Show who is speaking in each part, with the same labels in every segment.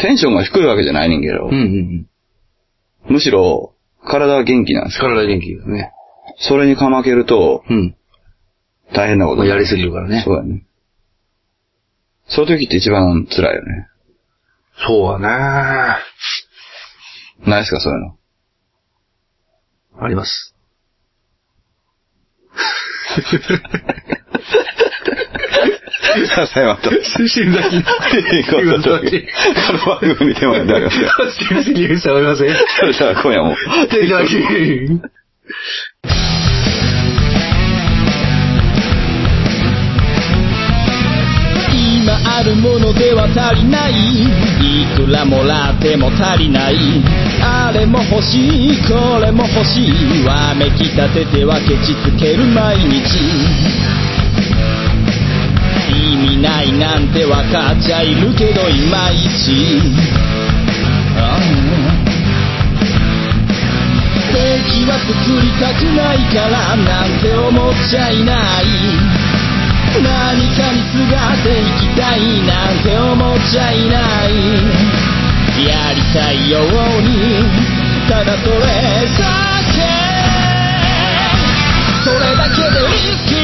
Speaker 1: テンションが低いわけじゃないねんけど、
Speaker 2: うんうんうん。
Speaker 1: むしろ、体は元気なんですよ。
Speaker 2: 体元気だね。
Speaker 1: それにかまけると、
Speaker 2: うん。
Speaker 1: 大変なこと
Speaker 2: もう
Speaker 1: に
Speaker 2: や
Speaker 1: なる
Speaker 2: りすぎるからね。
Speaker 1: そうだね。そういう時って一番辛いよね。
Speaker 2: そうだね。
Speaker 1: ないっすか、そういう の。
Speaker 2: あります。
Speaker 1: 笹山と。
Speaker 2: 死んだ
Speaker 1: いいこと言うこ の番組でもやっておりますよ。
Speaker 2: おりません。
Speaker 1: それでは今夜も。
Speaker 2: 手だけ。
Speaker 3: 今あるものでは足りないいくらもらっても足りないあれも欲しいこれも欲しいわめきたててはケチつける毎日意味ないなんてわかっちゃいるけどいまいちああ敵は作りたくないからなんて思っちゃいない何かにすがっていきたいなんて思っちゃいないやりたいようにただそれだけそれだけでリスキー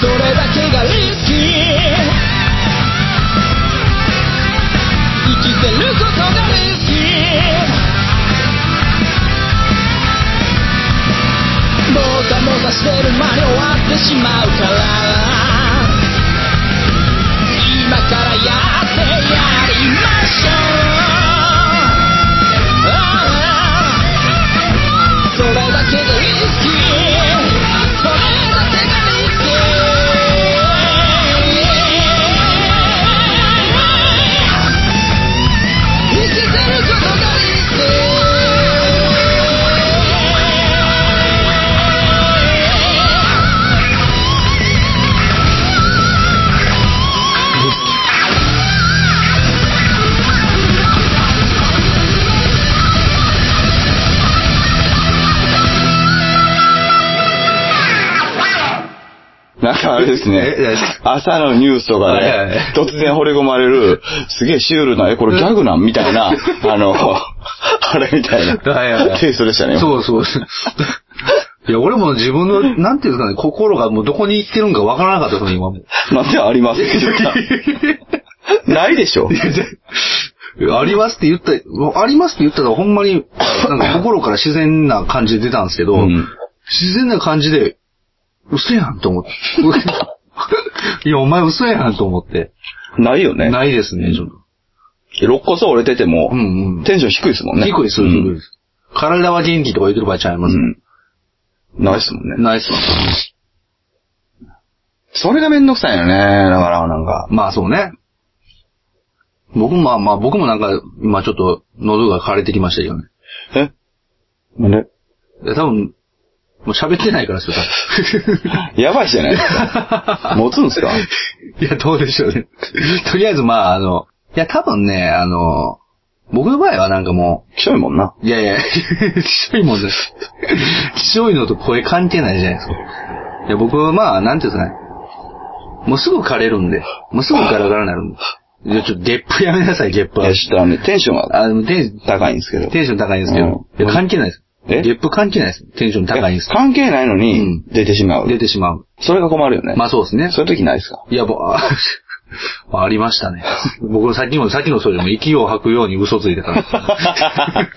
Speaker 3: それだけがリスキー生きてることがリスキーもたもたしてる間に終わってしまうから今からやってやりましょうああそれだけでリスキーそれだけがリスキー生きてることがリスキ
Speaker 1: なんかあれです
Speaker 2: え何で
Speaker 1: ね
Speaker 2: すか。
Speaker 1: 朝のニュースとか
Speaker 2: はいはいは
Speaker 1: で
Speaker 2: い、
Speaker 1: 突然惚れ込まれる、すげえシュールな、え、これギャグなんみたいな、あ の、あれみたい
Speaker 2: はいはいは
Speaker 1: な、
Speaker 2: い
Speaker 1: テイストでしたね。
Speaker 2: そうそう。いや、俺も自分の、なんていうんですかね、心がもうどこに行ってるんかわからなかったですね、 今も。
Speaker 1: なんであり ますないでしょ。
Speaker 2: ありますって言った、ありますって言ったらほんまに、なんか心から自然な感じで出たんですけど、
Speaker 1: うん
Speaker 2: 自然な感じで、嘘やんと思って。 いや、お前嘘やんと思って。
Speaker 1: ないよね。
Speaker 2: ないですね、ちょっと。
Speaker 1: 肋骨折れてても
Speaker 2: う、んうん。
Speaker 1: テンション低いですもんね。
Speaker 2: 低いです、低いです。体は元気とか言ってる場合ちゃいます
Speaker 1: う。ん。ないっすもんね。
Speaker 2: ないっすわ
Speaker 1: それがめんどくさいよね。だから、なんか。
Speaker 2: まあそうね。僕もまあまあ、僕もなんか、今ちょっと喉が枯れてきましたけどね。
Speaker 1: えなんで
Speaker 2: いや多分、もう喋ってないからですよ、多分
Speaker 1: やばいじゃないです か。持つんですか
Speaker 2: いや、どうでしょうね。とりあえず、まあ、あの、いや、多分ね、あの、僕の場合はなんかも
Speaker 1: きしょいもんな。
Speaker 2: う、いやいや、きしょいもんです。きしょいのと声関係ないじゃないですか。いや、僕はまあ、なんていうんですかね。もうすぐ枯れるんで、もうすぐガラガラになるんで。いや、ちょっとゲップやめなさい、ゲップ
Speaker 1: い
Speaker 2: は
Speaker 1: や、。ちょっとあのね、テンションが
Speaker 2: あの、テン、
Speaker 1: 高いんですけど。
Speaker 2: テンション高いんですけど。
Speaker 1: うん
Speaker 2: いや、関係ないです。
Speaker 1: え
Speaker 2: ゲップ関係ないです。テンション高いんです
Speaker 1: いや。関係ないの
Speaker 2: う
Speaker 1: に
Speaker 2: ん、
Speaker 1: 出てしまう。
Speaker 2: 出てしまう。
Speaker 1: それが困るよね。
Speaker 2: まあそうですね。
Speaker 1: そういう時ないですか
Speaker 2: いや、ぼ、 ありましたね。僕、さっきの、さっきのそれでも息を吐くように嘘ついてたから。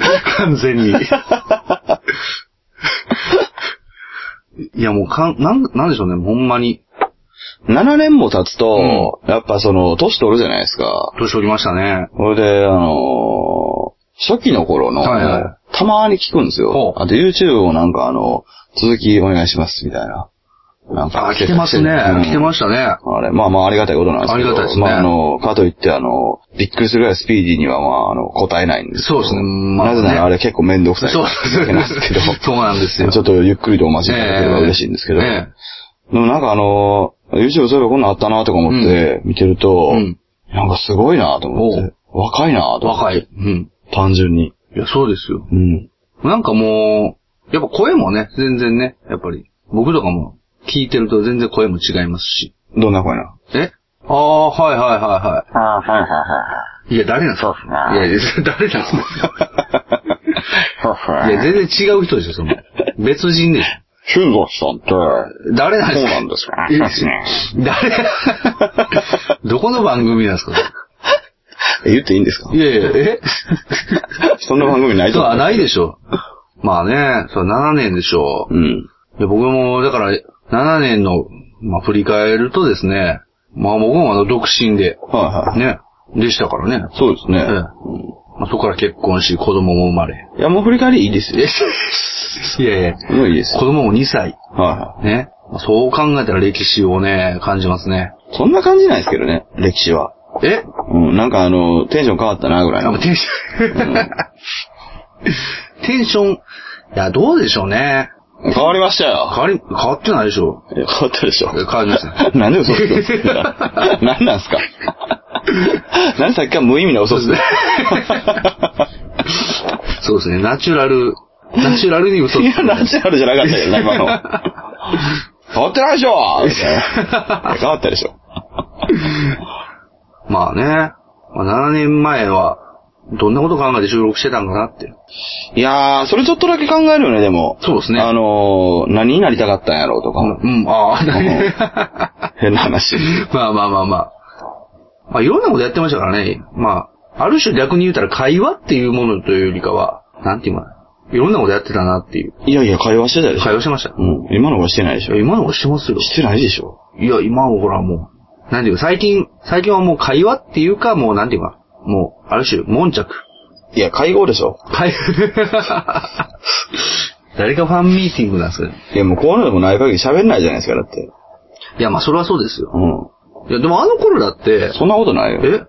Speaker 2: 完全に。いや、もう、かん、なん、なんでしょうね、ほんまに。
Speaker 1: ?7 年も経つと、やっぱその、年取るじゃないですか。
Speaker 2: 年取りましたね。
Speaker 1: それで、あのー初期の頃の、
Speaker 2: はいは
Speaker 1: たまに聞くんです
Speaker 2: ほ
Speaker 1: よ。
Speaker 2: う
Speaker 1: あと YouTube をなんかあの、続きお願いします、みたいな。なんか
Speaker 2: あ、来てますね。来てましたね。
Speaker 1: あれ、まあまあありがたいことなんですけど。
Speaker 2: ありがたいですね
Speaker 1: まああの、かといってあの、びっくりするぐらいスピーディーにはまああの、答えないんですけど
Speaker 2: そうですねまあ
Speaker 1: なぜならあれ結構めんどくさい
Speaker 2: そう
Speaker 1: わけ なんですけど。
Speaker 2: そうなんですよ。
Speaker 1: ちょっとゆっくりとお待ちいただければ嬉しいんですけど。
Speaker 2: え
Speaker 1: でもなんかあの、YouTube そういえばこんなんあったなとか思って見てると、
Speaker 2: うん
Speaker 1: なんかすごいなと思って、若いな
Speaker 2: え
Speaker 1: と思って。
Speaker 2: 若い。うん。
Speaker 1: 単純に。
Speaker 2: いや、そうですよ。
Speaker 1: うん。
Speaker 2: なんかもう、やっぱ声もね、全然ね、やっぱり、僕とかも、聞いてると全然声も違いますし。
Speaker 1: どんな声な
Speaker 2: えああ、はいはいはいは。
Speaker 4: ああ、はいはいはい
Speaker 2: いや、誰なんす
Speaker 4: そうっ
Speaker 2: か
Speaker 4: す
Speaker 2: い
Speaker 4: ね
Speaker 2: やいや、誰なんすか
Speaker 4: い。そうっす
Speaker 2: い
Speaker 4: ね。
Speaker 2: や、全然違う人でしょ、その。別人でし
Speaker 1: 俊吾さんって、
Speaker 2: ょ。誰なんですか
Speaker 1: そうなんですか
Speaker 2: いや誰 どこの番組なんですか
Speaker 1: え言っていいんですか
Speaker 2: いやいや、え
Speaker 1: そんな番組ないと
Speaker 2: そう
Speaker 1: 思う
Speaker 2: はないでしょ。まあね、そう7年でしょ。
Speaker 1: うん。
Speaker 2: いや僕も、だから、7年の、まあ振り返るとですね、まあ僕もあの、独身で、
Speaker 1: はいはい。
Speaker 2: ね、でしたからね。
Speaker 1: そうですね。
Speaker 2: ええまあ、そこから結婚し、子供も生まれ。
Speaker 1: いや、もう振り返りいいですよ。
Speaker 2: いやいや、
Speaker 1: もういいです
Speaker 2: 子。供も2歳。
Speaker 1: はいは
Speaker 2: ね。まあそう考えたら歴史をね、感じますね。
Speaker 1: い。そんな感じないですけどね、歴史は。
Speaker 2: え
Speaker 1: うん、なんかあの、テンション変わったな、ぐらい
Speaker 2: あ
Speaker 1: の。
Speaker 2: テンション、テンション、いや、どうでしょうね。
Speaker 1: 変わりました
Speaker 2: 変
Speaker 1: よ。
Speaker 2: わり、変わってないでしょ
Speaker 1: いや変わったでしょ
Speaker 2: う。。変わりまし た。
Speaker 1: なんで嘘つくんす かなんなんすかなんでさっきから無意味な嘘つくの
Speaker 2: そうですね、ナチュラル、ナチュラルに嘘つ
Speaker 1: い
Speaker 2: く
Speaker 1: や、。ナチュラルじゃなかったけどな、今の。変わってないでしょ みたいな変わったでしょ。
Speaker 2: まあね、まあ、7年前は、どんなこと考えて収録してたんかなって。
Speaker 1: いやー、それちょっとだけ考えるよね、でも。
Speaker 2: そうですね
Speaker 1: あのー、何になりたかったんやろうとか。
Speaker 2: うん、あ あ、
Speaker 1: 変な話。
Speaker 2: まあまあまあまあ。まあいろんなことやってましたからね。まあ、ある種逆に言うたら会話っていうものというよりかは、なんていうかな、いろんなことやってたなっていう。
Speaker 1: いやいや、会話してたでしょ。
Speaker 2: 会話してました。
Speaker 1: うん。今のがしてないでしょ
Speaker 2: いや。今のはしてますよ。
Speaker 1: してないでしょ。
Speaker 2: いや、今はほらもう、なんていうか、最近、最近はもう会話っていうか、もうなんていうか、もう、ある種、悶着。
Speaker 1: いや、会合でしょ。
Speaker 2: はい。誰がファンミーティングなんですかね
Speaker 1: いや、もうこういうのでもない限り喋んないじゃないですか、だって。
Speaker 2: いや、まあ、それはそうですよ。
Speaker 1: うん。
Speaker 2: いや、でもあの頃だって、
Speaker 1: そんなことないよ。
Speaker 2: え
Speaker 1: うん。
Speaker 2: いや、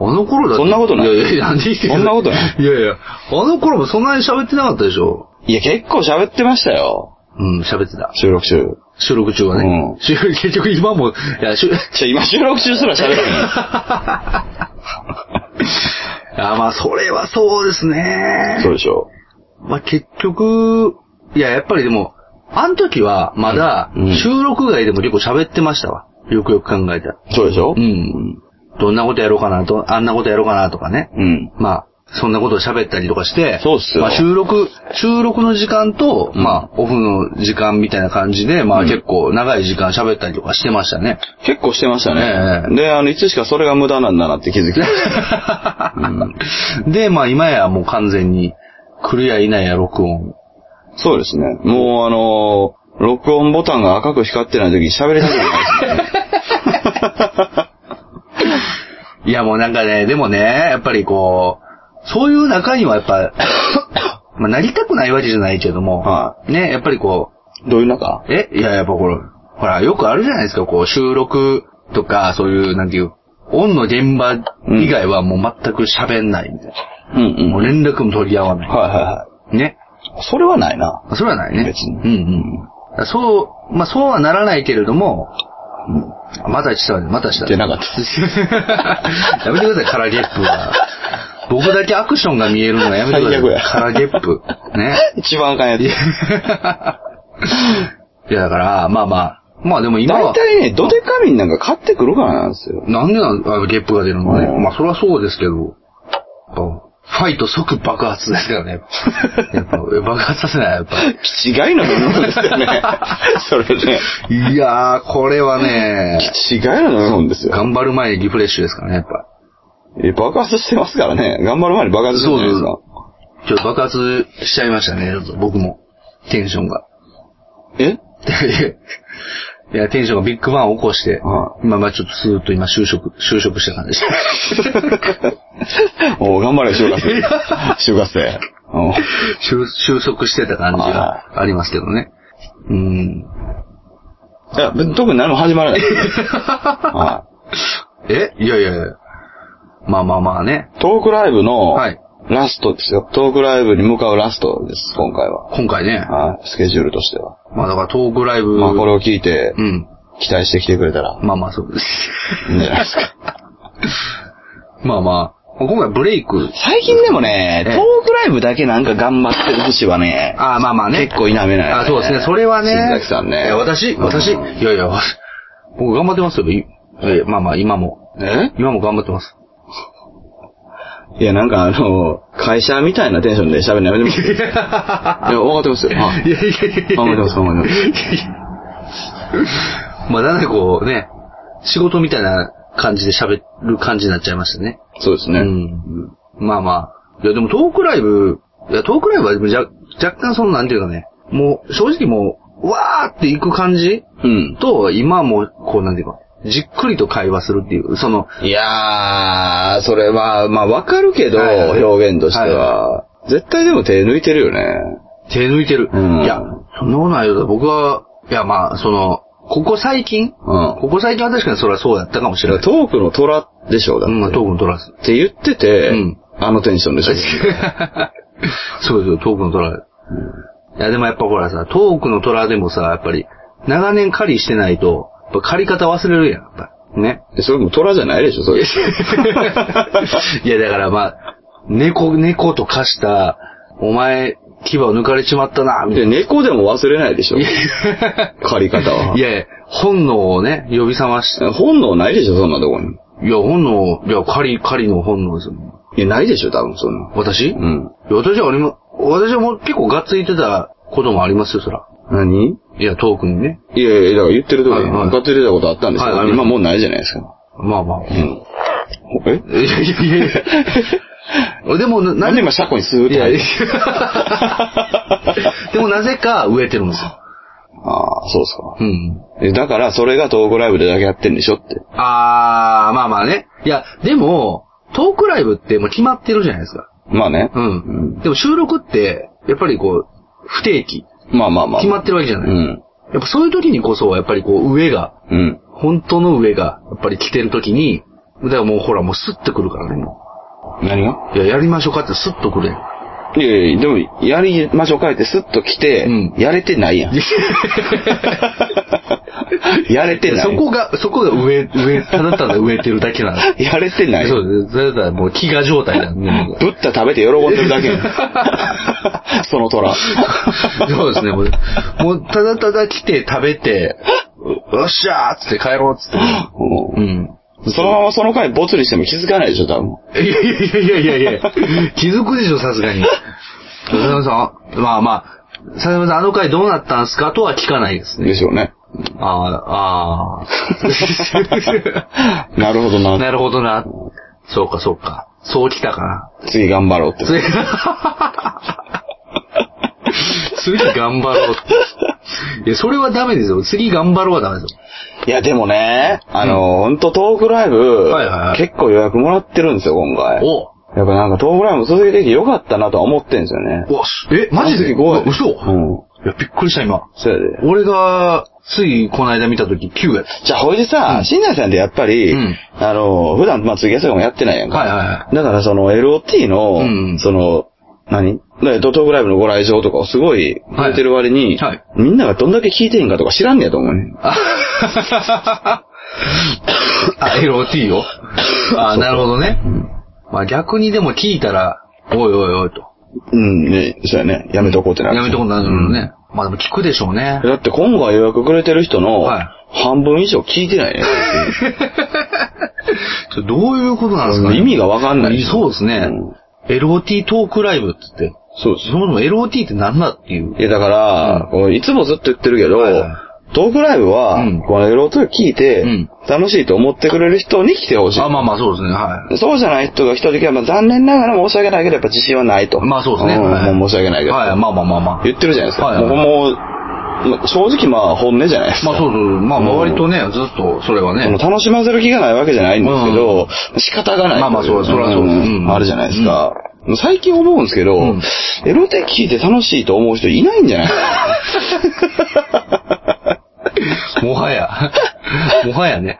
Speaker 2: あの頃だって。
Speaker 1: そんなことない
Speaker 2: いやいや、なんで言って。
Speaker 1: そんなことない
Speaker 2: いやいや、あの頃もそんなに喋ってなかったでしょ。
Speaker 1: いや、結構喋ってましたよ。
Speaker 2: うん、喋ってた。
Speaker 1: 収録中。
Speaker 2: 収録中はね。
Speaker 1: うん
Speaker 2: 収録結局今も、いや、収
Speaker 1: じゃ今収録中すら喋ってない。
Speaker 2: あまあ、それはそうですね。
Speaker 1: そうでしょ。
Speaker 2: まあ、結局、いや、やっぱりでも、あの時は、まだ
Speaker 1: うんうん、
Speaker 2: 収録外でも結構喋ってましたわ。よくよく考えたら。
Speaker 1: そうでしょ
Speaker 2: うん。どんなことやろうかなと、あんなことやろうかなとかね。
Speaker 1: うん。
Speaker 2: まあ、そんなことを喋ったりとかして、
Speaker 1: そうっすよ
Speaker 2: まあ、収録、収録の時間と、
Speaker 1: うん
Speaker 2: まあ、オフの時間みたいな感じで、まあ、
Speaker 1: うん
Speaker 2: 結構長い時間喋ったりとかしてました ね。
Speaker 1: 結構してましたね。
Speaker 2: ええ
Speaker 1: で、あの、いつしかそれが無駄なんだなって気づきま した。
Speaker 2: で、まあ、今やもう完全に、来るやいないや録音。
Speaker 1: そうですね。もう、あのー録音ボタンが赤く光ってない時に喋りたくないですね。
Speaker 2: いや、もうなんかね、でもね、やっぱりこう、そういう中にはやっぱ、 まあ、なりたくないわけじゃないけども、
Speaker 1: は
Speaker 2: ね、やっぱりこ う、
Speaker 1: どういう中
Speaker 2: えいや、やっぱこれ、ほら、よくあるじゃないですか、こう、収録とか、そういう、なんていう、オンの現場以外はもう全く喋んないみたい
Speaker 1: うん
Speaker 2: な。も
Speaker 1: う。
Speaker 2: うん
Speaker 1: はい
Speaker 2: 連絡も取り合わない。
Speaker 1: はいは
Speaker 2: ね。
Speaker 1: い。それはないな。
Speaker 2: それはないね。
Speaker 1: 別に
Speaker 2: うんうん。だからそう、まあそうはならないけれども、またしたわね、またした。
Speaker 1: 出なかっ
Speaker 2: やめてください、カラゲップは。僕だけアクションが見えるのはやめてくださ
Speaker 1: 最
Speaker 2: い。
Speaker 1: 悪や
Speaker 2: カラゲップ。ね。
Speaker 1: 一番あかんやつ。
Speaker 2: いや、だから、まあまあ。まあでも今は
Speaker 1: 大。体ね、ドデカミンなんか買ってくるからなんです よ。
Speaker 2: なんでなんあのゲップが出るのね。
Speaker 1: うん
Speaker 2: まあ、それはそうですけど。やっぱファイト即爆発ですからね。やっぱ、爆発させない、や っぱ。
Speaker 1: 気違いの飲み物ですよね。 それね。
Speaker 2: いやー、これはね、
Speaker 1: 違いの飲み物ですよ。
Speaker 2: 頑張る前にリフレッシュですからね、やっぱ。
Speaker 1: え、爆発してますからね。頑張る前に爆発してるんじゃないですか。
Speaker 2: ちょっと爆発しちゃいましたね、ちょっと僕も。テンションが。
Speaker 1: え
Speaker 2: いや、テンションがビッグバンを起こして、
Speaker 1: は
Speaker 2: 今まあちょっとスーッと今就職、就職した感じ です。
Speaker 1: おう頑張れ、就活生。就活生。うん
Speaker 2: 収収束してた感じがありますけどね。うん。
Speaker 1: いや、別に特に何も始 まらない。は
Speaker 2: えいやいやいや。まあまあまあね。
Speaker 1: いトークライブの
Speaker 2: はい、
Speaker 1: ラストですよ。トークライブに向かうラストです、今回は。
Speaker 2: 今回ね。
Speaker 1: はいスケジュールとしては。
Speaker 2: まあだからトークライブ。
Speaker 1: まあ、これを聞いて
Speaker 2: う、ん。
Speaker 1: 期待してきてくれたら、
Speaker 2: まあまあそうです。
Speaker 1: いいんじゃないですか。
Speaker 2: まあまあ。今回ブレイク。
Speaker 1: 最近でもね、
Speaker 2: え
Speaker 1: ト
Speaker 2: え
Speaker 1: ークラライブだけなんか頑張ってる節はね、
Speaker 2: あーまあまあね。
Speaker 1: 結構否めない。
Speaker 2: あ、そうですね。それはね。
Speaker 1: 新崎さんね。
Speaker 2: いや私、私、い
Speaker 1: うん
Speaker 2: やいや、わし僕頑張ってますよ。いえまあまあ、今も。
Speaker 1: え
Speaker 2: 今も頑張ってます。
Speaker 1: いや、なんかあの、会社みたいなテンションで喋るのやめてもらっていいいや、分かってますよ。あ
Speaker 2: いやいやいやいや
Speaker 1: 頑張ってます、頑張ってます。
Speaker 2: まあ、なんかこうね、仕事みたいな感じで喋る感じになっちゃいましたね。
Speaker 1: そうですね。
Speaker 2: うん。まあまあ。いや、でもトークライブ、いや、トークライブはでもじゃ若干その、なんていうかね、もう、正直もう、わーっていく感じ
Speaker 1: うん。
Speaker 2: と、今も、こう、なんていうか、じっくりと会話するっていう、その、
Speaker 1: いやー、それは、まあわかるけど、
Speaker 2: はいはい
Speaker 1: 表現としては。絶対でも手抜いてるよね。
Speaker 2: 手抜いてる。
Speaker 1: うん
Speaker 2: いや、そんなことないよ。僕は、いや、まあ、その、ここ最近、
Speaker 1: うん。
Speaker 2: ここ最近は確かにそれはそうやったかもしれ
Speaker 1: だから
Speaker 2: ない。
Speaker 1: トークの虎でしょ、だっ
Speaker 2: う
Speaker 1: て。
Speaker 2: ん、まあ、トークのトラス。
Speaker 1: って言ってて、
Speaker 2: うん
Speaker 1: あのテンションでしょ。
Speaker 2: そうですよ、トークのトラ。いや、でもやっぱほらさ、トークのトラでもさ、やっぱり、長年狩りしてないと、やっぱ狩り方忘れるやん、やっぱり。ね。
Speaker 1: それも虎じゃないでしょ、そ れ。
Speaker 2: いや、だからまあ、猫、猫と化した、お前、牙を抜かれちまったな、みたい
Speaker 1: で、猫でも忘れないでしょ。借り方は。
Speaker 2: な。いやいや、本能をね、呼び覚まして、
Speaker 1: 本能ないでしょ、そんなとこに。
Speaker 2: いや、本能、いや、狩り、狩りの本能ですよ。
Speaker 1: いや、ないでしょ、多分、そんな。
Speaker 2: 私、
Speaker 1: う
Speaker 2: い
Speaker 1: ん。
Speaker 2: や私はあれも、私はもう結構ガッツいてたこともありますよ、そら。
Speaker 1: 何
Speaker 2: いや、トークにね。
Speaker 1: いやいや、だから言ってるとこ
Speaker 2: は
Speaker 1: に、
Speaker 2: いはい
Speaker 1: 向かって出たことあったんですけ
Speaker 2: はい
Speaker 1: ど、
Speaker 2: はい
Speaker 1: 今もうないじゃないですか。
Speaker 2: まあまあ。
Speaker 1: うん。え
Speaker 2: いやいやいやい や。でも、な
Speaker 1: な
Speaker 2: なん
Speaker 1: で
Speaker 2: ぜ
Speaker 1: 今、車庫にスーッ
Speaker 2: い
Speaker 1: て
Speaker 2: や
Speaker 1: 入
Speaker 2: い
Speaker 1: る
Speaker 2: や でもなぜか植えてるんですよ。
Speaker 1: ああ、そうですか
Speaker 2: うん。
Speaker 1: え。だから、それがトークライブでだけやってんでしょって。
Speaker 2: あー、まあまあね。いや、でも、トークライブってもう決まってるじゃないですか。
Speaker 1: まあね。
Speaker 2: うん。でも収録って、やっぱりこう、不定期。
Speaker 1: まあまあまあ。
Speaker 2: 決まってるわけじゃない。
Speaker 1: うん。
Speaker 2: やっぱそういう時にこそ、やっぱりこう、上が、
Speaker 1: うん。
Speaker 2: 本当の上が、やっぱり来てる時に、だからもうほら、もうスッと来るからね。も
Speaker 1: 何が
Speaker 2: ういや、やりましょうかってスッと来るやん。
Speaker 1: いやいや、でも、やりましょうかってスッと来て、
Speaker 2: うん
Speaker 1: やれてない やん。やれてない。
Speaker 2: そこが、そこが上、上、ただただ植えてるだけなの。
Speaker 1: やれて ない。
Speaker 2: そうです。ただただもう飢餓状 態なんで。もう
Speaker 1: ぶった食べて喜んでるだけやん その虎。
Speaker 2: そうですね、もう、もうただただ来て食べて、よっしゃーっつって帰ろうっつって。
Speaker 1: う
Speaker 2: うんん。
Speaker 1: そのままその回ボツにしても気づかないでしょ、多分。
Speaker 2: いやいやいやいやいやいや、気づくでしょ、さすがに。笹山さん、まあまあ、笹山さん、あの回どうなったんすかとは聞かないですね。
Speaker 1: でしょうね。
Speaker 2: ああ、ああ。
Speaker 1: なるほどな。
Speaker 2: なるほどな。そうか、そうか。そう来たかな。
Speaker 1: 次頑張ろうって。
Speaker 2: 次次頑張ろうって。いや、それはダメですよ。次頑張ろうはダメですよ。
Speaker 1: いや、でもね、あの、ほんとトークライブ、
Speaker 2: いはいはい
Speaker 1: 結構予約もらってるんですよ、今回。
Speaker 2: お
Speaker 1: やっぱなんかトークライブ続けてきてよかったなとは思ってんですよね。
Speaker 2: うわ、すえ、マジで
Speaker 1: すごい。
Speaker 2: うわ嘘、
Speaker 1: うん。
Speaker 2: いや、びっくりした、今。
Speaker 1: そうやで。
Speaker 2: 俺が、ついこの間見たとき9やっ
Speaker 1: じゃあ、ほいでさ、新内さんってやっぱり、
Speaker 2: うん
Speaker 1: あの、普段、まあ、ツイキャスとかもやってないやん
Speaker 2: た。
Speaker 1: か。
Speaker 2: はいはいは
Speaker 1: だから、その、LOT の、
Speaker 2: うん
Speaker 1: その、何だドトークライブのご来場とかをすごい増えてる割に、
Speaker 2: はいはい
Speaker 1: みんながどんだけ聞いてんかとか知らんねやと思うね。
Speaker 2: ああ、LOT をあなるほどね。まあ逆にでも聞いたら、おいおいおいと。
Speaker 1: うん、ね、そうやね。やめとこうってなる。
Speaker 2: やめとこうなるのね。まあでも聞くでしょうね。
Speaker 1: だって今回予約くれてる人の
Speaker 2: はい
Speaker 1: 半分以上聞いて ないね。
Speaker 2: ちょどういうことなんですかね
Speaker 1: 意味がわかんない。
Speaker 2: そうですね。LOT トークライブって言って。
Speaker 1: そうです
Speaker 2: そ。もそも LOT って何だっていう。
Speaker 1: いや、だから、こういつもずっと言ってるけど、
Speaker 2: はいはい
Speaker 1: トークライブは、
Speaker 2: うん
Speaker 1: このエロトーク聞いて、
Speaker 2: うん
Speaker 1: 楽しいと思ってくれる人に来てほしい。
Speaker 2: あ、まあまあそうですね。は
Speaker 1: そうじゃない人が一人で、まあ、残念ながら申し訳ないけど、やっぱ自信はないと。
Speaker 2: い。まあそうですね。
Speaker 1: ん
Speaker 2: はい
Speaker 1: もう申し訳ないけど。
Speaker 2: はい、まあまあまあまあ。
Speaker 1: 言ってるじゃないですか。
Speaker 2: はいはい
Speaker 1: もうもうまあ正直まあ本音じゃないですか。
Speaker 2: まあそうそう。まあまあ割とね、ずっとそれは
Speaker 1: も
Speaker 2: ね
Speaker 1: う。楽しませる気がないわけじゃないんですけど、仕方がない。
Speaker 2: まあまあそうそれはそうですうん
Speaker 1: あるじゃないですか。最近思うんですけど、
Speaker 2: ん
Speaker 1: エロテ聞いて楽しいと思う人いないんじゃない
Speaker 2: もはや。 もはやね。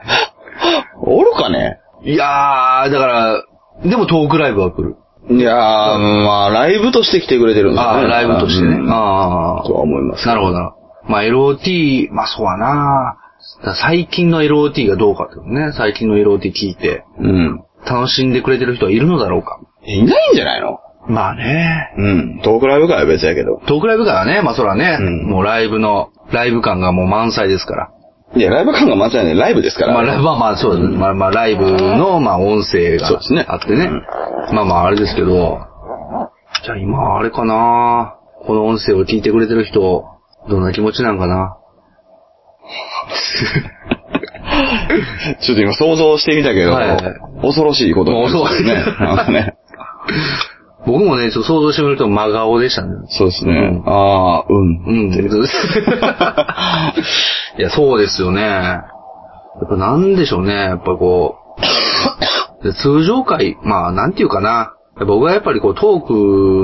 Speaker 1: おるかね
Speaker 2: いやー、だから、でもトークライブは来る。
Speaker 1: いやー、まあ、ライブとして来てくれてるんですよ
Speaker 2: あ
Speaker 1: ね。
Speaker 2: あ、ライブとしてね
Speaker 1: う。ん
Speaker 2: ああ
Speaker 1: と。は思います。
Speaker 2: なるほどな。まあ LOT、まあそうやな。だから最近の LOT がどうかってことね。最近の LOT 聞いて、
Speaker 1: うん。
Speaker 2: 楽しんでくれてる人はいるのだろうか。
Speaker 1: いないんじゃないの
Speaker 2: まあね。
Speaker 1: うん。トークライブ会は別やけど。
Speaker 2: トークライブからね、まあそらね、
Speaker 1: うん
Speaker 2: もうライブの、ライブ感がもう満載ですから。
Speaker 1: いや、ライブ感がまさにライブですから。
Speaker 2: まあ、ライブはまあそうです、まあまあライブの、まあ音声が
Speaker 1: そうですね
Speaker 2: あってね。
Speaker 1: うん
Speaker 2: まあまああれですけど、じゃあ今あれかなこの音声を聞いてくれてる人、どんな気持ちなんかな
Speaker 1: ちょっと今想像してみたけど、
Speaker 2: はいはい
Speaker 1: 恐ろしいことになりそうですね。
Speaker 2: もう恐ろしい
Speaker 1: なんかね。
Speaker 2: 僕もね、ちょっと想像してみると真顔でしたね。
Speaker 1: そうですね。
Speaker 2: うん
Speaker 1: ああ、うん。
Speaker 2: うん。 いや、そうですよね。やっぱなんでしょうね、やっぱこ う。で通常回、まあなんていうかな。やっぱ僕はやっぱりこうトーク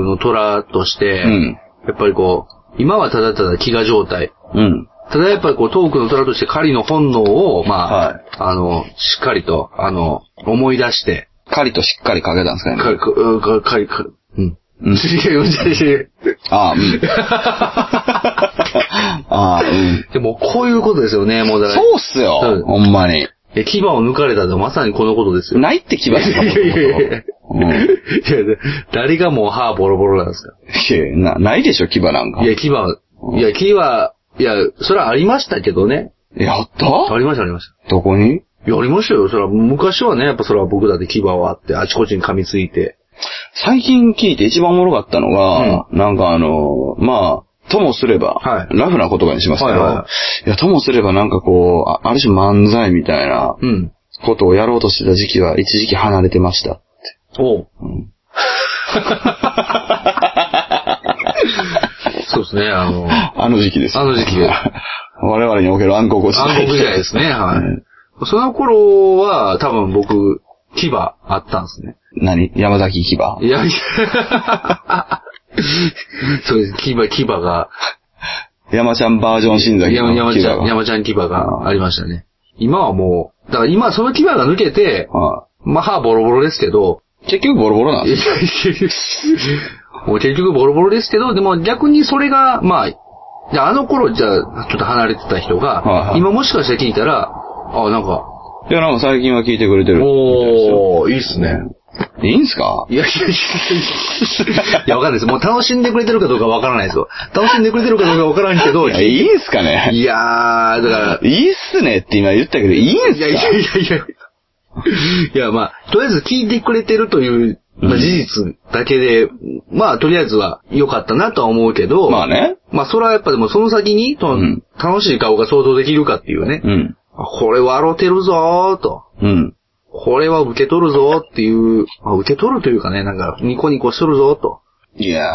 Speaker 2: の虎として、
Speaker 1: うん。
Speaker 2: やっぱりこう、今はただただ飢餓状態。
Speaker 1: うん。
Speaker 2: ただやっぱりこうトークの虎として狩りの本能を、まあ、
Speaker 1: はい
Speaker 2: あの、しっかりと、あの、思い出して、
Speaker 1: 狩りとしっかりかけたんですかね。
Speaker 2: 狩り、狩狩り、狩り、うん。
Speaker 1: うん
Speaker 2: 違う違う違う
Speaker 1: ああ、うん。ああ、うん。
Speaker 2: でもこういうことですよね、もうだから
Speaker 1: そうっすよ、
Speaker 2: うん
Speaker 1: ほんまに。
Speaker 2: え、牙を抜かれたのはまさにこのことですよ。
Speaker 1: ないって気ばす
Speaker 2: いやいやいやいや。いや、で誰がもう歯ボロボロなんですか
Speaker 1: いやな、ないでしょ、牙なんか。
Speaker 2: い
Speaker 1: い
Speaker 2: や、牙は、いや、牙は、いや、それはありましたけどね。
Speaker 1: や、あっ
Speaker 2: あ
Speaker 1: た
Speaker 2: りました、ありました。
Speaker 1: どこに
Speaker 2: いや、ありましたよ。それは、昔はね、やっぱそれは僕だって牙はあって、あちこちに噛みついて。
Speaker 1: 最近聞いて一番おもろかったのが、なんかあの、まあ、ともすれば、
Speaker 2: はい
Speaker 1: ラフな言葉にしますけど、
Speaker 2: はいいはいは
Speaker 1: や、ともすればなんかこう、あある種漫才みたいな
Speaker 2: うん。
Speaker 1: ことをやろうとしてた時期は一時期離れてました。
Speaker 2: おう。 そうですね、あの、
Speaker 1: あの時期です。
Speaker 2: あの時期で
Speaker 1: 我々における暗黒時代。
Speaker 2: 暗黒時代ですね、は
Speaker 1: う
Speaker 2: い。その頃は、多分僕、牙あったんですね。
Speaker 1: 何山崎牙。
Speaker 2: いや、いや、 そうです。牙、牙が、
Speaker 1: 山ちゃんバージョン新崎
Speaker 2: 山
Speaker 1: の
Speaker 2: 山
Speaker 1: 牙
Speaker 2: ちゃ
Speaker 1: が。
Speaker 2: ん、山ちゃん牙がありましたね。今はもう、だから今その牙が抜けて、
Speaker 1: は
Speaker 2: まあ歯ボロボロですけど、
Speaker 1: い結局ボロボロなん
Speaker 2: いや
Speaker 1: で
Speaker 2: い
Speaker 1: す
Speaker 2: やいやもう 結局ボロボロですけど、でも逆にそれが、まあ、じゃああの頃じゃあちょっと離れてた人が、
Speaker 1: はいはい
Speaker 2: 今もしかして聞いたら、あ、なんか、
Speaker 1: よ。いや、なんか最近は聞いてくれてる。
Speaker 2: おー、いいっすね。
Speaker 1: いいんすか
Speaker 2: いやいやいやいや、いやわかんないです。もう楽しんでくれてるかどうかわからないですよ。楽しんでくれてるかどうかわからんけど、
Speaker 1: いや、い
Speaker 2: い
Speaker 1: いんすかね
Speaker 2: やー、だか
Speaker 1: い
Speaker 2: ら、
Speaker 1: いっすねって今言ったけど、いいんすか
Speaker 2: いやいやいやいや。いや、まあ、とりあえず聞いてくれてるという、まあ、事実だけで、まあ、とりあえずは良かったなとは思うけど、
Speaker 1: まあね。
Speaker 2: まあ、それはやっぱでもその先に、と
Speaker 1: うん
Speaker 2: 楽しい顔が想像できるかっていうね。
Speaker 1: うん。
Speaker 2: あこれ笑ってるぞーと。
Speaker 1: うん。
Speaker 2: これは受け取るぞーっていう、まあ、受け取るというかね、なんか、ニコニコしとるぞーと。
Speaker 1: いやー、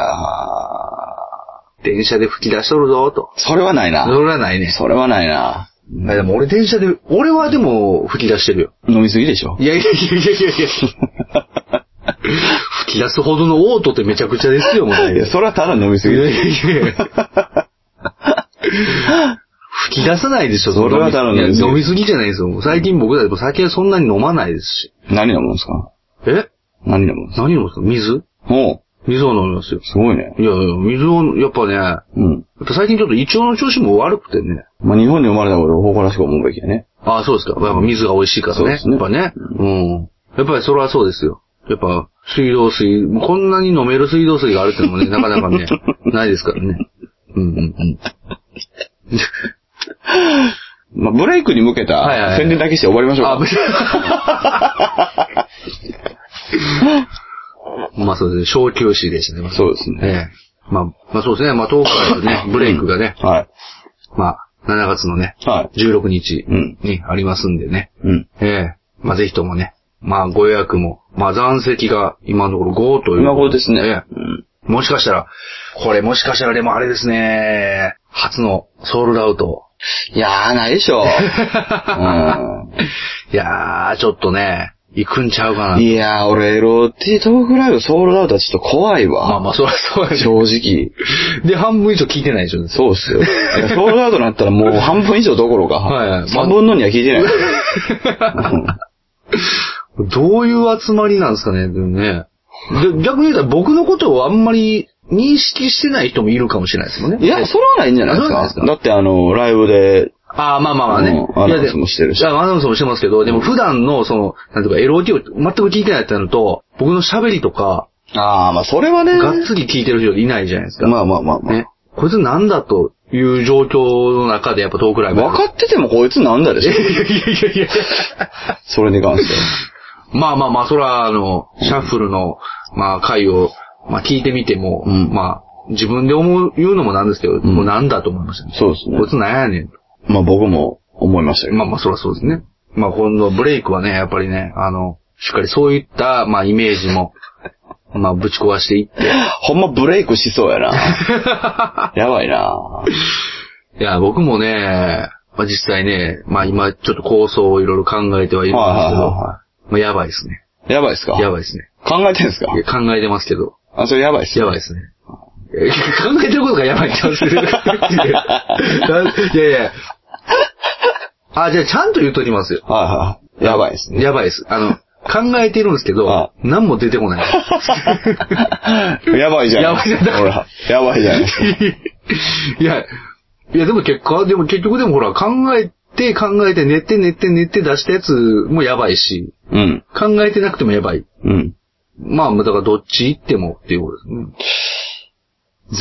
Speaker 2: 電車で吹き出しとるぞーと。
Speaker 1: それはない
Speaker 2: そ
Speaker 1: な。
Speaker 2: れはないね。
Speaker 1: それはないな。
Speaker 2: いやでも俺電車で、俺はでも吹き出してるよ。
Speaker 1: 飲みすぎでしょ。
Speaker 2: いやいやいやいやいやいや。吹き出すほどのオートってめちゃくちゃですよ、もう。いや
Speaker 1: いや、それはただ飲みすぎ
Speaker 2: い
Speaker 1: で
Speaker 2: や
Speaker 1: し
Speaker 2: いやいや吹き出さないでしょ、
Speaker 1: それは
Speaker 2: 飲み
Speaker 1: ただの
Speaker 2: いや飲みすぎじゃないですよ。もう最近僕だって酒はそんなに飲まないですし。
Speaker 1: ょ。何飲むんすか
Speaker 2: え
Speaker 1: 何飲むんすか
Speaker 2: 何飲むんですか水
Speaker 1: おう、
Speaker 2: 水を飲みますよ。
Speaker 1: すごいね。
Speaker 2: いやいや、水を、やっぱね、や
Speaker 1: うん。
Speaker 2: っぱ最近ちょっと胃腸の調子も悪くてね。
Speaker 1: まあ、日本に生まれたことを誇らしく思うべきだね。
Speaker 2: ああ、そうですか。やっぱ水が美味しいから
Speaker 1: そうで
Speaker 2: ね。
Speaker 1: すね
Speaker 2: やっぱね。うん。やっぱりそれはそうですよ。やっぱ、水道水、もうこんなに飲める水道水があるってのも ね、なかなかね、ないですからね。うんうんうん。
Speaker 1: まあ、ブレイクに向け
Speaker 2: はいはいは
Speaker 1: た
Speaker 2: い
Speaker 1: 宣伝だけして終わりましょうか。
Speaker 2: あ、別に。 まあそうですね、小休止でしたね。
Speaker 1: そうですね。
Speaker 2: ええ。まあ、まあそうですね、まあ10日でね、ブレイクがね、
Speaker 1: はい。
Speaker 2: まあ、7月のね、
Speaker 1: は
Speaker 2: 16日
Speaker 1: うん
Speaker 2: にありますんでね。
Speaker 1: い。うん。
Speaker 2: ええまあぜひともね、まあご予約も、まあ残席が今のところ5という。
Speaker 1: 今頃ですね。
Speaker 2: ええ
Speaker 1: うん。
Speaker 2: もしかしたら、これもしかしたらでもあれですね、初のソールドアウト。
Speaker 1: いやー、ないでしょ。う
Speaker 2: いやー、ちょっとね、行くんちゃうかな。
Speaker 1: ん、いやー、俺、LOT トークライブソールドアウトはちょっと怖いわ。
Speaker 2: まあまあ、そりゃそうでしょ。
Speaker 1: 正直。
Speaker 2: で、半分以上聞いてないでしょ。
Speaker 1: そうっす よ。いやソールドアウトになったらもう半分以上どころか。
Speaker 2: はいはい
Speaker 1: 3分の2は聞いて ない。
Speaker 2: どういう集まりなんですかね、でも ね。で逆に言うたら僕のことをあんまり認識してない人もいるかもしれないですもん
Speaker 1: い
Speaker 2: ね。
Speaker 1: や、それはないんじゃないですか。
Speaker 2: あそうなんですか
Speaker 1: だってあの、ライブで、
Speaker 2: ああ、まあまあまあね。
Speaker 1: うんアナウンスもしてるし
Speaker 2: いやでいやアナウンスもしてますけど、でも普段の、その、なんていうか、LOT を全く聞いてないってなると、僕の喋りとか、
Speaker 1: ああ、まあそれはね。
Speaker 2: がっつり聞いてる人いないじゃないですか。
Speaker 1: まあまあまあまあ。
Speaker 2: ね。こいつなんだという状況の中でやっぱトークライブやる。
Speaker 1: 分かっててもこいつなんだでしょ。
Speaker 2: いやいやいやいや。
Speaker 1: それに関しては。
Speaker 2: まあまあまあ、そら、あの、シャッフルの、まあ、回を、まあ、聞いてみても、
Speaker 1: うん
Speaker 2: まあ、自分で思う、言うのもなんですけ
Speaker 1: ん
Speaker 2: ど、もうなんだと思いましたね。
Speaker 1: そうですね
Speaker 2: こいつなんやねん。
Speaker 1: まあ僕も思いましたけど。
Speaker 2: まあまあ、そらそうですね。まあ、今度ブレイクはね、やっぱりね、あの、しっかりそういった、まあ、イメージも、 まあ、ぶち壊していって。
Speaker 1: ほんまブレイクしそうやな。 やばいな。
Speaker 2: いや、僕もね、まあ、実際ね、まあ、今、ちょっと構想をいろいろ考えてはいるんですけど、
Speaker 1: はいはいはいは
Speaker 2: まあ、やばいですね。
Speaker 1: やばいっすか
Speaker 2: やばいですね。
Speaker 1: 考えてんすか
Speaker 2: いや考えてますけど。
Speaker 1: あ、それやばいっす
Speaker 2: や
Speaker 1: よ。
Speaker 2: ばいですね。え 考えてることがやばいって話ですよ いやいや。あ、じゃあちゃんと言っときますよ。
Speaker 1: はいはい。やばいっ すね。
Speaker 2: やばいです。あの、考えてるんですけ
Speaker 1: あ
Speaker 2: ど、何も出てこない。
Speaker 1: やばいじゃないですか。
Speaker 2: やばいじゃない
Speaker 1: ほら。やばいじゃないですか。
Speaker 2: いや、いやでも結果、でも結局でもほら、考えて考えて寝て寝て寝て出したやつもやばいし、
Speaker 1: うん。
Speaker 2: 考えてなくてもやばい。
Speaker 1: うん。
Speaker 2: まあ、だからどっち行ってもっていうことですね。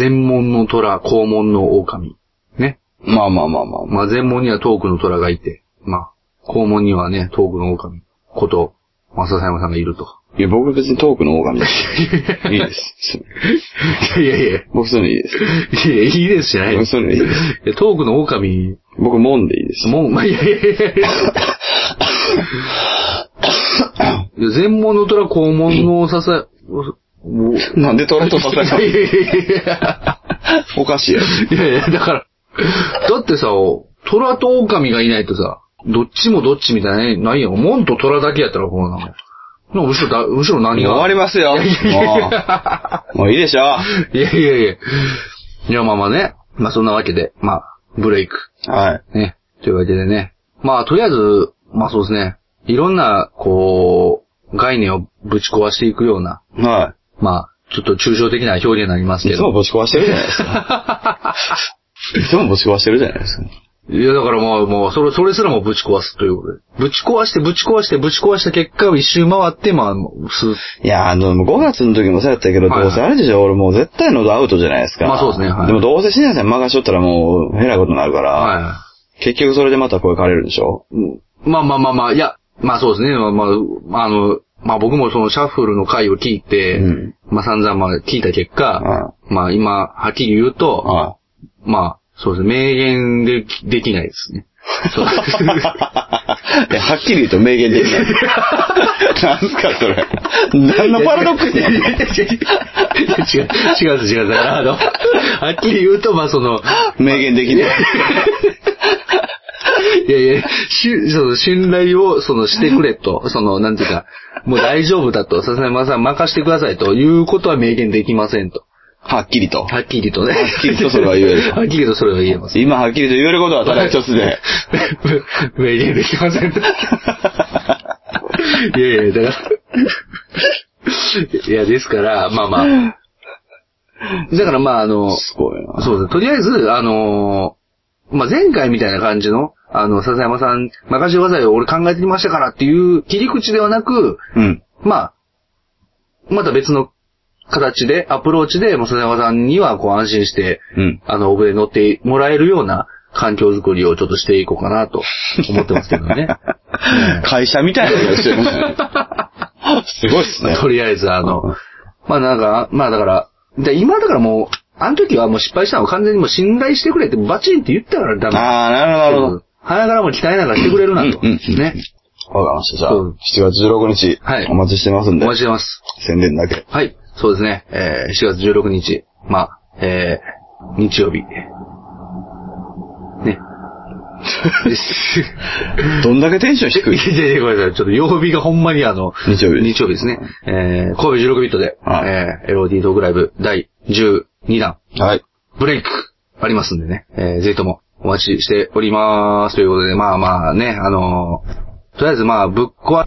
Speaker 2: 全門の虎、肛門の狼。ね。
Speaker 1: まあまあまあまあま
Speaker 2: まあ、前門にはトークの虎がいて、まあ、後門にはね、トークの狼こと、まささやまさんがいると。
Speaker 1: あ。いや、僕別にトークの狼です。いいです。
Speaker 2: いやいやいや、
Speaker 1: 僕そういうのいいです。
Speaker 2: いやいいですじゃない
Speaker 1: 僕
Speaker 2: です。
Speaker 1: そういうのいいです。
Speaker 2: いやトークの狼、
Speaker 1: 僕、もんでいいです。
Speaker 2: もう、まあ、いやいやいやいや。いや前門の虎、後門のささ、もう、い
Speaker 1: なんでトラと戦
Speaker 2: や
Speaker 1: う
Speaker 2: いやいやいや。
Speaker 1: おかしいやろ。
Speaker 2: いやいや、だから、だってさ、虎と狼がいないとさ、どっちもどっちみたいな、ないやん。門と虎だけやったら、このなの。後ろだ、後ろ何
Speaker 1: 終
Speaker 2: が
Speaker 1: わりますよ。もう。もういいでしょ。
Speaker 2: いやいやいや。いや、まあまあね。まあそんなわけで、まあ、ブレイク。
Speaker 1: はい。
Speaker 2: ね。というわけでね。まあ、とりあえず、まあそうですね。いろんな、こう、概念をぶち壊していくような、
Speaker 1: は
Speaker 2: まあ、ちょっと抽象的な表現になります
Speaker 1: い。
Speaker 2: け
Speaker 1: いつ
Speaker 2: ど
Speaker 1: も。ぶち壊してるじゃないですか。 いつもぶち壊してるじゃないですか。
Speaker 2: いや、だからもう、もう、それ、それすらもぶち壊すということで。ぶち壊して、ぶち壊して、ぶち壊した結果を一周回って、まあ、もうす、
Speaker 1: いや、あの、5月の時もそうやったけど、
Speaker 2: はい
Speaker 1: ど
Speaker 2: は
Speaker 1: う
Speaker 2: い
Speaker 1: せあれでしょ、俺もう絶対喉アウトじゃないですか。
Speaker 2: まあそうですねはい
Speaker 1: でもどうせ新谷さん任しとったらもう、へらことになるから、
Speaker 2: は
Speaker 1: 結局それでまた声枯れるでしょ。
Speaker 2: い。まあまあまあまあ、いや、まあそうですね、まあ、まあ、あの、まあ僕もそのシャッフルの回を聞いて、
Speaker 1: うん
Speaker 2: まあ散々まあ聞いた結果、
Speaker 1: は
Speaker 2: まあ今、はっきり言うと、
Speaker 1: は
Speaker 2: まあ、そうですね、名言できできないですね。 そう
Speaker 1: い。いや、はっきり言うと明言できない。 なんすか、それ。 何のパラドックス
Speaker 2: い や
Speaker 1: ないの
Speaker 2: やいや違う、違う、違う、違う。だから、あの、はっきり言うと、まあその、
Speaker 1: 明言できない。
Speaker 2: いやいや、し、その、信頼を、その、してくれと、その、なんていうか、もう大丈夫だと、笹山さん任してくださいということは明言できませんと。
Speaker 1: はっきりと。
Speaker 2: はっきりとね。
Speaker 1: はっきりとそれは言える
Speaker 2: はっきりとそれは言えます。
Speaker 1: 今はっきりと言えることはただ一つで。
Speaker 2: 明言できませんと。いやいや、だから。いや、ですから、まあまあ。だからまあ、あの、
Speaker 1: すごいな。
Speaker 2: そうですね。とりあえず、あのーまあ、前回みたいな感じの、あの、笹山さん、任せてくださいよ、俺考えてきましたからっていう切り口ではなく、
Speaker 1: うん。
Speaker 2: まあ、また別の形で、アプローチで、もう笹山さんにはこう安心して、
Speaker 1: うん。
Speaker 2: あの、僕で乗ってもらえるような環境づくりをちょっとしていこうかなと思ってますけ どね。
Speaker 1: 会社みたいなことしてるね。すごいっすね。
Speaker 2: とりあえず、あの、まあなんか、まあだから、で今だからもう、あの時はもう失敗したのは完全にもう信頼してくれってバチンって言ったからダメ。
Speaker 1: ああ、なるほど、なるほど。
Speaker 2: 鼻からも鍛えながらしてくれるなと。
Speaker 1: うんうんうん
Speaker 2: ね。
Speaker 1: わかりました。じゃ
Speaker 2: そう
Speaker 1: あ、7月16日、
Speaker 2: はい
Speaker 1: お待ちしてますん
Speaker 2: お
Speaker 1: で
Speaker 2: 待、ちしてます。
Speaker 1: 宣伝だけ。
Speaker 2: はい。そうですね。えー、4月16日。まあ、えー、日曜日。 ね。
Speaker 1: どんだけテンション低い
Speaker 2: いやいや、ごめんなさい。ちょっと曜日がほんまにあの、
Speaker 1: 日曜日です
Speaker 2: 日曜日ですね。えー、神戸16ビットで、
Speaker 1: はい
Speaker 2: えー、LOD トークライブ第12弾、
Speaker 1: はい。
Speaker 2: ブレイク、ありますんでね。えー、ぜひともお待ちしております。ということで、まあまあね、あのーとりあえずまあ、ぶっ壊